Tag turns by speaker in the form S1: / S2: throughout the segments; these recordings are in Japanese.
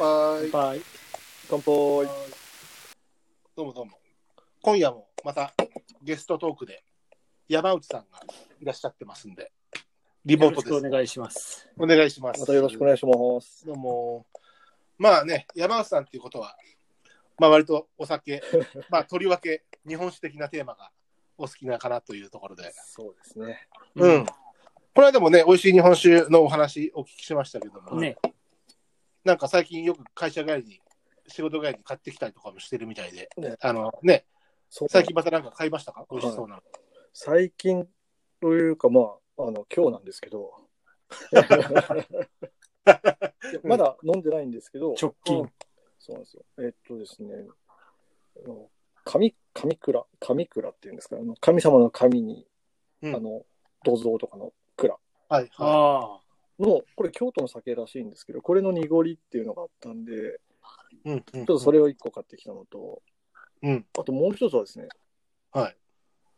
S1: 杯。
S2: 乾杯。どうもどうも。今夜もまたゲストトークで山内さんがいらっしゃってますんで、リモ
S1: よ
S2: ー
S1: ろ
S2: ト
S1: し
S2: で
S1: くお
S2: す。
S1: 願いします。
S2: お願いします。
S3: またよろしくお願いします。
S2: どうも。まあね、山内さんっていうことは、まあ割とお酒、まあとりわけ日本酒的なテーマがお好きなかなというところで。
S3: そうですね。
S2: うん。この間もね、美味しい日本酒のお話お聞きしましたけども、
S1: ね、
S2: なんか最近よく会社帰りに、仕事帰りに買ってきたりとかもしてるみたいで、
S3: ね
S2: あのね、
S3: そう
S2: 最近またなんか買いましたか美味しそうなの。
S3: 最近というか、まあ、あの、今日なんですけど。まだ飲んでないんですけど。
S1: 直近。
S3: そうなんですよ。えっとですね、あの神、神倉、神倉っていうんですか、あの神様の神に、
S2: うん
S3: あの、土蔵とかの蔵
S2: はいは
S1: ああ。
S3: の、これ京都の酒らしいんですけど、これの濁りっていうのがあったんで、
S2: い。うんうんうん
S3: ちょっとそれを一個買ってきたのと、
S2: うん
S3: あともう一つはですね、
S2: はい。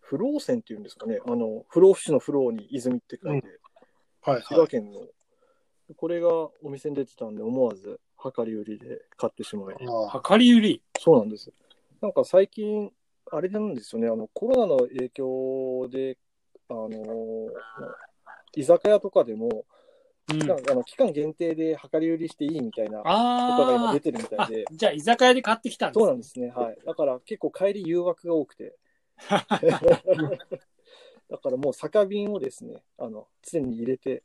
S3: 不老泉っていうんですかね、あの、不老不死の不老に泉って書いて、
S2: はい
S3: 滋賀
S2: は
S3: 県の、これがお店に出てたんで、思わず、量り売りで買ってしまい、
S2: い。ああ
S1: 量り売り。
S3: そうなんです。なんか最近、あれなんですよね、あのコロナの影響で、あの居酒屋とかでも、
S1: うん
S3: 期間あの期間限定で量り売りしていいみたいなことが今
S1: あ
S3: 出てるみた
S1: あ
S3: いで。。
S1: じゃあ、居酒屋で買ってきたんです
S3: そうなんですね。はい。だから結構帰り誘惑が多くて。 だからもう酒瓶をですね、あの、常に入れて、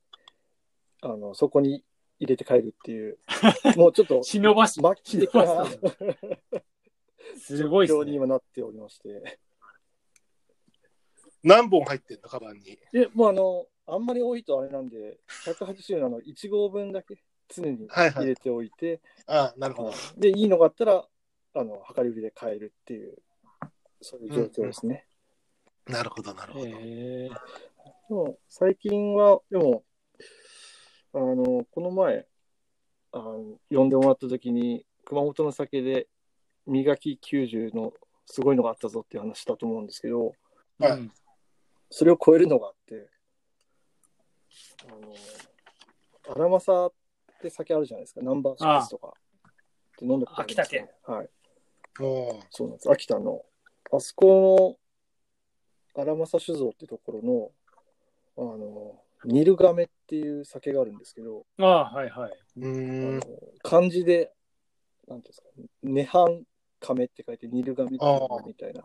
S3: あの、そこに入れて帰るっていう、もうちょっ と、
S1: 忍ばし。
S3: 末期的な
S1: 忍ばしすごい
S3: 非
S1: で
S3: 常
S1: す
S3: に
S1: ね。
S3: 今なっておりまして。
S2: 何本入ってんのカバンに。
S3: で、もうあの、あんまり多いとあれなんで、180のあの、1合分だけ常に
S2: はいは
S3: 入
S2: い。
S3: れておいて、
S2: ああ、なるほど。
S3: はいで、いいのがあったら、あの、量り売りで買えるっていう、そういう状況ですね。
S2: なるほど、なるほど。
S1: へえ
S3: でも最近は、でも、あの、この前、あの呼んでもらった時に、熊本の酒で磨き90のすごいのがあったぞっていう話したと思うんですけど、
S2: はい
S1: うん
S3: それを超えるのがあって、あの、アラマサって酒あるじゃないですか、ナンバーシックスとか。って飲んだことありますかねはい。
S2: も
S3: そうなんです。秋田の、あそこの荒政酒造ってところの、あの、ニルガメっていう酒があるんですけど、
S1: ああ、はいはい。
S2: う、う
S3: あ
S2: ー
S3: の
S2: ん。
S3: 漢字で、なんていうんですか、涅槃亀って書いてニルガメっていうのみたいな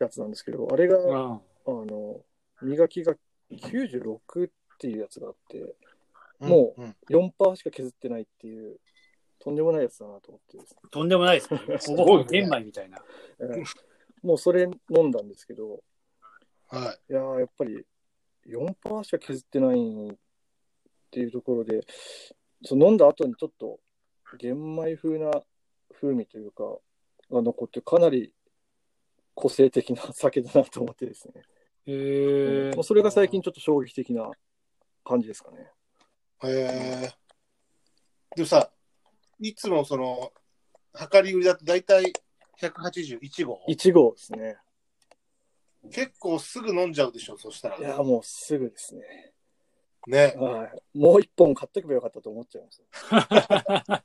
S3: やつなんですけど、あれが、あ
S1: うん
S3: の、磨きが96っていうやつがあって、
S2: うん
S3: も
S2: うん、
S3: 4%しか削ってないっていう、とんでもないやつだなと思ってですね
S1: とんでもないですね。
S3: す
S1: ほ
S2: ごいね
S1: ぼほぼ玄米みたいな。
S3: えーもうそれ飲んだんですけど、
S2: はい。
S3: いやーやっぱり4%しか削ってないっていうところで、その飲んだ後にちょっと玄米風な風味というか、が残って、かなり個性的な 酒だなと思ってですね。
S1: へえ
S3: もう。それが最近ちょっと衝撃的な感じですかね。
S2: へえ。でもさ、いつもその、量り売りだと大体181号。
S3: 1号ですね。
S2: 結構すぐ飲んじゃうでしょ、そしたら
S3: い。やーもうすぐですね。
S2: ね。
S3: はい。もう1本買っとけばよかったと思っちゃいました。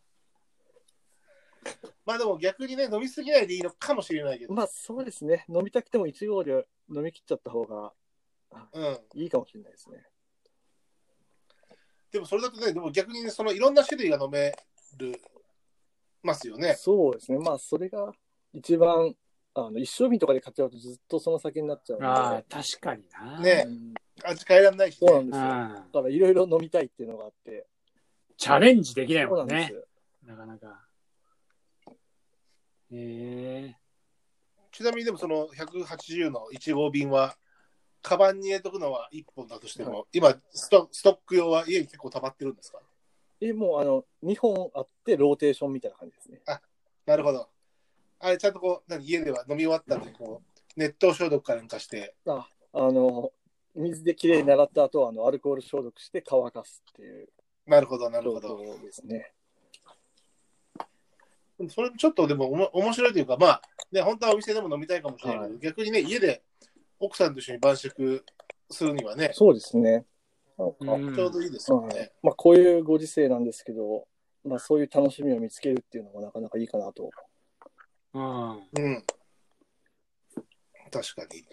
S2: まあでも逆にね、飲みすぎないでいいのかもしれないけど。
S3: まあそうですね。飲みたくても1号で飲み切っちゃった方が
S2: うん。
S3: いいかもしれないですね。
S2: でもそれだとね、でも逆にね、そのいろんな種類が飲めるますよね。
S3: そうですね。まあ、それが一番、あの、一生瓶とかで買っちゃうとずっとその先になっちゃう
S1: ああ
S3: の、
S1: 確かにな。
S2: ね
S3: で、うん
S2: 味変えられないし、
S3: そうな
S2: ね
S3: ん。です
S1: う
S3: よ。だ
S1: ん。
S3: から、いろいろ飲みたいっていうのがあって。
S1: チャレンジできない
S3: そうな
S1: も
S3: ん
S1: ん
S3: で
S1: ね
S3: す。。
S1: なかなか。へえ。
S2: ちなみにでもその180の1号瓶は、カバンに入れとくのは1本だとしても、今スト、ストック用は家に結構溜まってるんですか
S3: え、もう、あの、2本あって、ローテーションみたいな感じですね。
S2: なるほど。あれ、ちゃんとこう、何家では飲み終わったんで、こう、熱湯消毒かなんかして、
S3: あ、あの、水できれいに洗った後は、あの、アルコール消毒して乾かすっていう
S2: なるほど、なる
S3: 状
S2: ほど。
S3: 況ですね。
S2: それちょっとでもおも面白いというか、まあ、ね、本当はお店でも飲みたいかもしれないけど、
S3: は
S2: 逆にね、家で奥さんと一緒に晩酌するにはね、
S3: そうですね。なんか、
S1: うん
S2: ちょうどいいですよね。
S3: はいまあ、こういうご時世なんですけど、まあ、そういう楽しみを見つけるっていうのもなかなかいいかなと。
S1: うん。
S2: うん。確かに。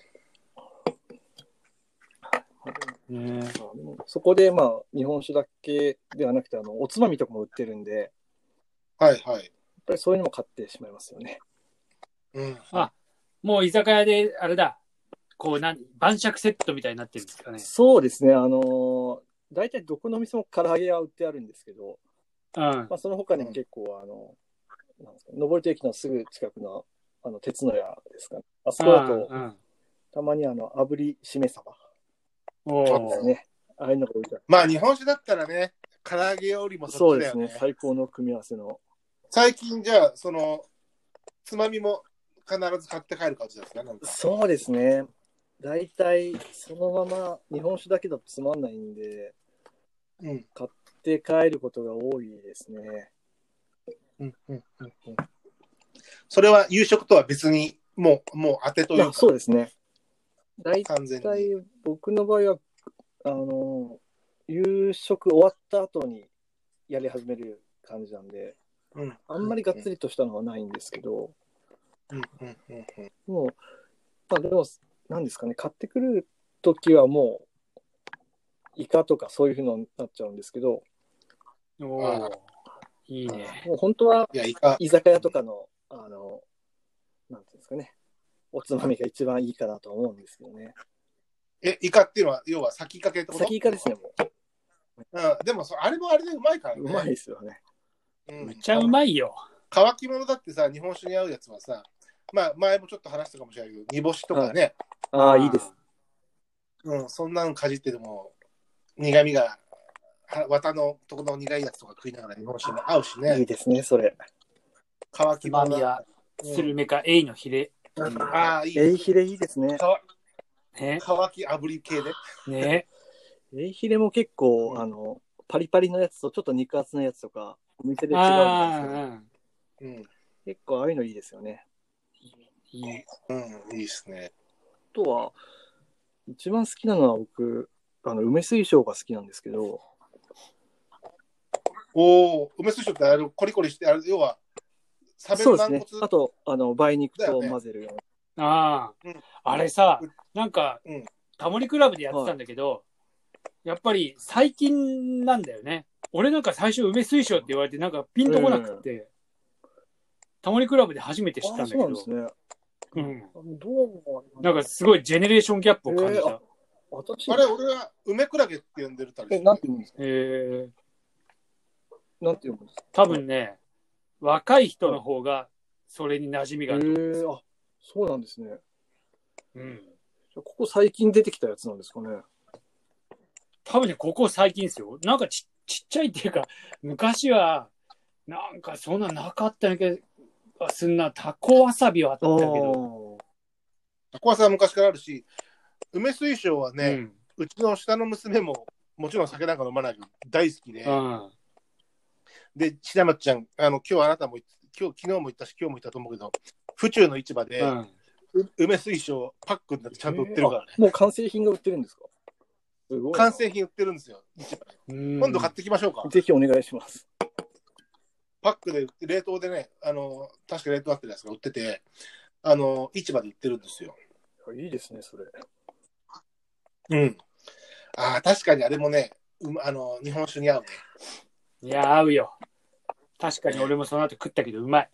S1: ねえ。
S3: まあでもそこで、まあ、日本酒だけではなくて、あの、おつまみとかも売ってるんで、やっ
S2: はいはい。
S3: ぱりそういうのも買ってしまいますよね。
S2: うん。
S1: もう居酒屋で、あれだ、こう、なん晩酌セットみたいになってるんですかね。
S3: そうですね、あのー大体どこの店も唐揚げは売ってあるんですけど、
S1: うん。
S3: まあ、その他にも結構、あの、なんですか、登戸駅のすぐ近くの、あの、鉄の屋ですかね。あそこだと、
S1: うん。
S3: たまにあの、炙りしめ鯖
S1: お
S3: です
S1: ー
S3: ね。ああいうのが置いてある。
S2: まあ日本酒だったらね、唐揚げよりも
S3: そ
S2: そうっち
S3: で
S2: だ
S3: す
S2: よ
S3: ね
S2: ね。、
S3: 最高の組み合わせの。
S2: 最近じゃあ、その、つまみも必ず買って帰る感じですね、なんか。
S3: そうですね。大体、そのまま、日本酒だけだとつまんないんで、
S2: うん。
S3: で帰ることが多いですね。
S2: うん。うん。うん。それは夕食とは別に、もう、もう当てとい
S3: ま
S2: う
S3: あ、
S2: か、
S3: そうですね。大
S2: 完全に。
S3: 体、僕の場合は、あの、夕食終わった後にやり始める感じなんで、
S2: うん。
S3: あんまりがっつりとしたのはないんですけど、
S2: うん。うん。うん。うん。
S3: もう、まあでも、なんですかね、買ってくるときはもう、イカとかそういうふうのになっちゃうんですけど、
S1: おーいいね。
S3: もう本当はい
S2: や、イカ。
S3: 居酒屋とかの、あの、なんていうんですかね、おつまみが一番いいかなとは思うんですけどね。
S2: え、イカっていうのは、要は先かけってこと
S3: 先イカですね、。も
S2: うん。でもそ、あれもあれでうまいから
S3: う。
S2: ね。
S3: うまいですよね。
S2: うん。
S1: めっちゃうまいよ。
S2: 乾き物だってさ、日本酒に合うやつはさ、まあ、前もちょっと話したかもしれないけど、煮干しとかね、
S3: ああ、いいです。。
S2: うん、そんなのかじってでも、苦味が、は綿のとこの苦いやつとか食いながら日本酒に合うし
S3: い
S2: ね
S3: い、ですね、それ。
S2: 乾
S1: つ
S2: き
S1: ま
S2: 物
S1: み
S2: だ。
S1: や、スルメか、エイのヒレ。
S2: うんああ、いい
S3: エイ
S2: ね。
S3: ヒレいいですね。
S2: 乾
S1: ね。
S2: 乾き炙り系で。
S1: ね。
S3: エイヒレも結構、
S2: うん
S3: あの、パリパリのやつとちょっと肉厚のやつとか、お店で違うんですけど、
S1: ああ、
S2: うん、
S3: 結構ああいうのいいですよね。
S1: うん。いい。
S2: うん、いいですね。
S3: あとは、一番好きなのは僕、あの、梅水晶が好きなんですけど、
S2: おお、梅水晶ってあれ、コリコリして、あれ、要は、サメ
S3: そ
S2: の
S3: うです
S2: 軟骨
S3: ね。あと、あの、梅肉
S2: だよ
S3: と
S2: ね
S3: 混ぜるような。
S1: ああ、
S2: うん
S1: あれさ
S2: うん、
S1: なんか、
S2: うん
S1: タモリクラブでやってたんだけど、やっぱり最近なんだよね。俺なんか最初梅水晶って言われて、なんかピンとこなくて、タモリクラブで初めて知ったんだ
S3: あ
S1: け
S3: そ
S1: ど、
S3: うなんですね。
S1: うん
S3: どう
S1: なんかすごいジェネレーションギャップを感じ
S3: えー
S1: た。
S3: 私、
S2: あれ、俺は梅クラゲって呼んでるたり
S3: え、
S2: する
S3: なんて言うんですか
S1: えー
S3: なんて言うんですか
S1: 多分ね、若い人の方がそれに馴染み
S3: え
S1: があると思うんです
S3: ー、
S1: よ。
S3: あ、そうなんですね。じゃ
S1: うん
S3: あここ最近出てきたやつなんですかね。
S1: 多分ね、ここ最近ですよ。なんかちちっちゃいっていうか、昔は、なんかそんななかったんやけど、すんな、タコわさびはあったけど、
S3: ー
S2: タコワさんは昔からあるし、梅水晶はね、
S1: うん。
S2: うちの下の娘も、もちろん酒なんか飲まないけど、大好きで、
S1: うん。
S2: で、白松ちゃん、あの、今日あなたも言っ、今日、昨日も言ったし、今日も言ったと思うけど、府中の市場で、
S1: うん。
S2: う梅水晶パックになってちゃんと売ってるからね。
S3: もう完成品が売ってるんですかすごいな。
S2: 完成品売ってるんですよ。市場で
S1: うん
S2: 今度買ってきましょうか。
S3: ぜひお願いします。
S2: パックで売って、冷凍でね、あの、確か冷凍なってるやつが売ってて、あの、市場で売ってるんですよ。
S3: いいですね、それ。
S2: うん。ああ、確かにあれもね、うまあの、日本酒に合うね。
S1: いや、合うよ。確かに俺もその後食ったけど、うまい。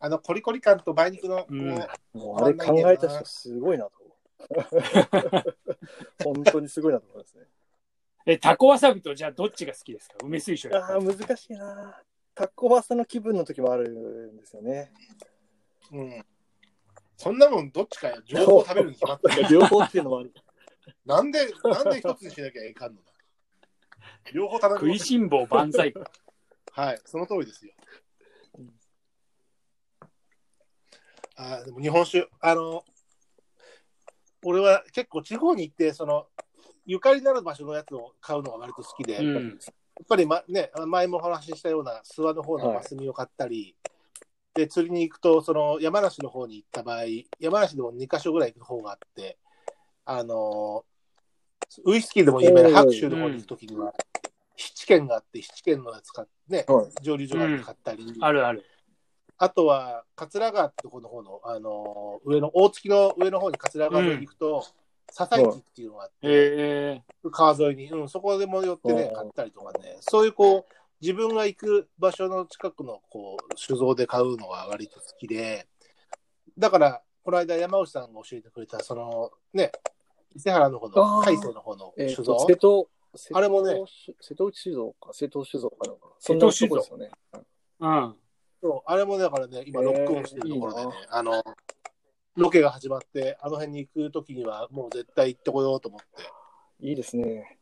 S2: あの、コリコリ感と梅肉の、こう
S1: うん
S3: もうあれ考えた人すごい なと思う。本当にすごいなと思いますね。
S1: え、タコわさびとじゃあどっちが好きですか梅水晶。
S3: ああ、難しいな。タコバサの気分の時もあるんですよね。
S2: うん。そんなもんどっちかよ。情報食べるに決まってる。
S3: 両方っていうのもある。
S2: なんで、なんで一つにしなきゃいかんのだ両方頼
S1: 食
S2: む
S1: い。しん坊万歳。
S2: はい、その通りですよ。あーでも日本酒、あの、俺は結構地方に行って、その、ゆかりのある場所のやつを買うのが割と好きで、
S1: う
S2: やっ
S1: ん。
S2: ぱり、ま、ね、あの前もお話ししたような諏訪の方のマスミを買ったり、で、釣りに行くと、その山梨の方に行った場合、山梨でも2カ所ぐらい行く方があって、あの、ウイスキーでも有名な白州の方に行くときには、七軒があって、七軒のやつ買って、ね、
S3: はい。
S2: 蒸留所があって買ったり、
S1: あるある。
S2: あとは、桂川ってとこの方の、あのー上の、大月の上の方に桂川沿いに行くと、笹市っていうのがあって、
S1: え
S2: 川沿いに、うん、そこでも寄ってね
S3: う、ん
S2: 買ったりとかね、そういうこう、自分が行く場所の近くのこう酒造で買うのが割と好きで、だから、この間山内さんが教えてくれた、そのね、伊勢原の方の、
S3: あー
S2: 海星の方の
S3: え
S2: 酒
S3: ー
S2: 造、
S3: と、瀬戸、瀬戸
S2: あれもね、
S3: 瀬戸内酒造か、瀬戸酒造かなんか。
S1: 瀬戸
S3: そ
S1: 酒
S3: んなと
S1: 造
S3: こですよね。
S1: えうん。
S2: そうあれもだからね、今
S3: えー
S2: ロックオンしてるところでね、
S3: い
S2: あの、ロケが始まって、あの辺に行くときにはもう絶対行ってこようと思って。
S3: いいですね。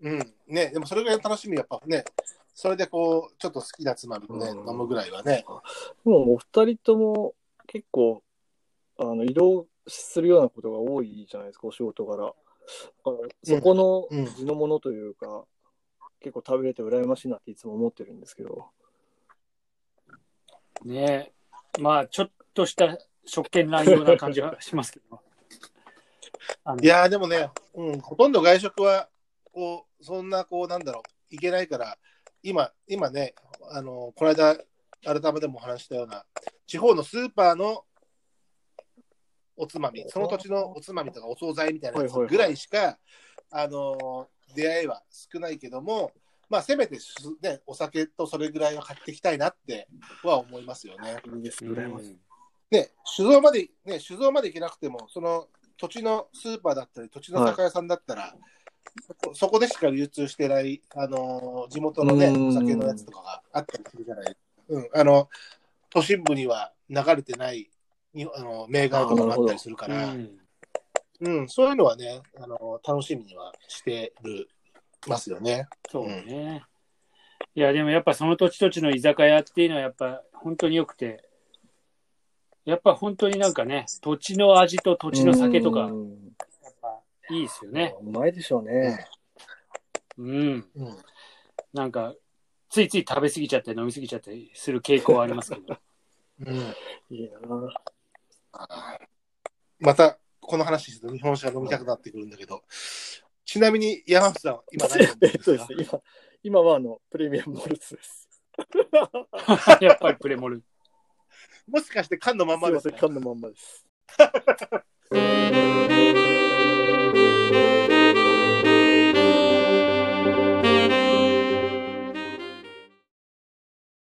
S2: うん。ね、でもそれぐらいの楽しみ、やっぱね、それでこう、ちょっと好きなつまみをね、
S3: うん
S2: 飲むぐらいはね。
S3: でも、お二人とも結構、あの、移動するようなことが多いじゃないですか、お仕事柄。だからそこ
S2: うんうん
S3: の地のものというか、結構食べれて羨ましいなっていつも思ってるんですけど。
S1: ねえ。まあ、ちょっとした食券乱用な感じはしますけど。あの
S2: いやーでもね、うん、ほとんど外食は、こう、そんな、こう、なんだろう、いけないから、今、今ね、あの、この間、改めてもお話ししたような、地方のスーパーのおつまみ、その土地のおつまみとかお惣菜みたいなやつぐらいしか、あの、出会いは少ないけども、まあ、せめてす、ね、お酒とそれぐらいは買っていきたいなっては思いますよね。
S3: いいです
S1: うん
S3: 羨ましい
S2: ね、酒造まで、ね、酒造まで行けなくても、その土地のスーパーだったり、土地の酒屋さんだったら、そこそこでしか流通してない、あのー地元のね
S3: う、ん
S2: お酒のやつとかがあったりするじゃない。うん、あの、都心部には流れてない、にあの、銘柄とかもあったりするか
S1: う
S2: ら、
S1: ん
S2: うん、そういうのはね、あの、楽しみにはしてる、ますよね。
S1: そうね。いや、でもやっぱその土地土地の居酒屋っていうのはやっぱ本当に良くて、やっぱ本当になんかね、土地の味と土地の酒とか
S3: う、ん
S1: やっぱいいですよね。
S3: うまいでしょうね。
S1: うん。
S2: うん。
S1: なんか、ついつい食べ過ぎちゃって飲み過ぎちゃったりする傾向はありますけど。
S2: うん。
S3: いいな。
S2: また、この話すると日本酒が飲みたくなってくるんだけど、ちなみに山内さんは今何飲んで
S3: えっ
S2: る んで
S3: と
S2: す
S3: で
S2: か
S3: すね、今、今はあの、プレミアムモルツです。
S1: やっぱりプレモル。
S2: もしかして缶のまん
S3: す
S2: ま
S3: い
S2: で
S3: ますせん、
S2: か
S3: 缶のまんまです。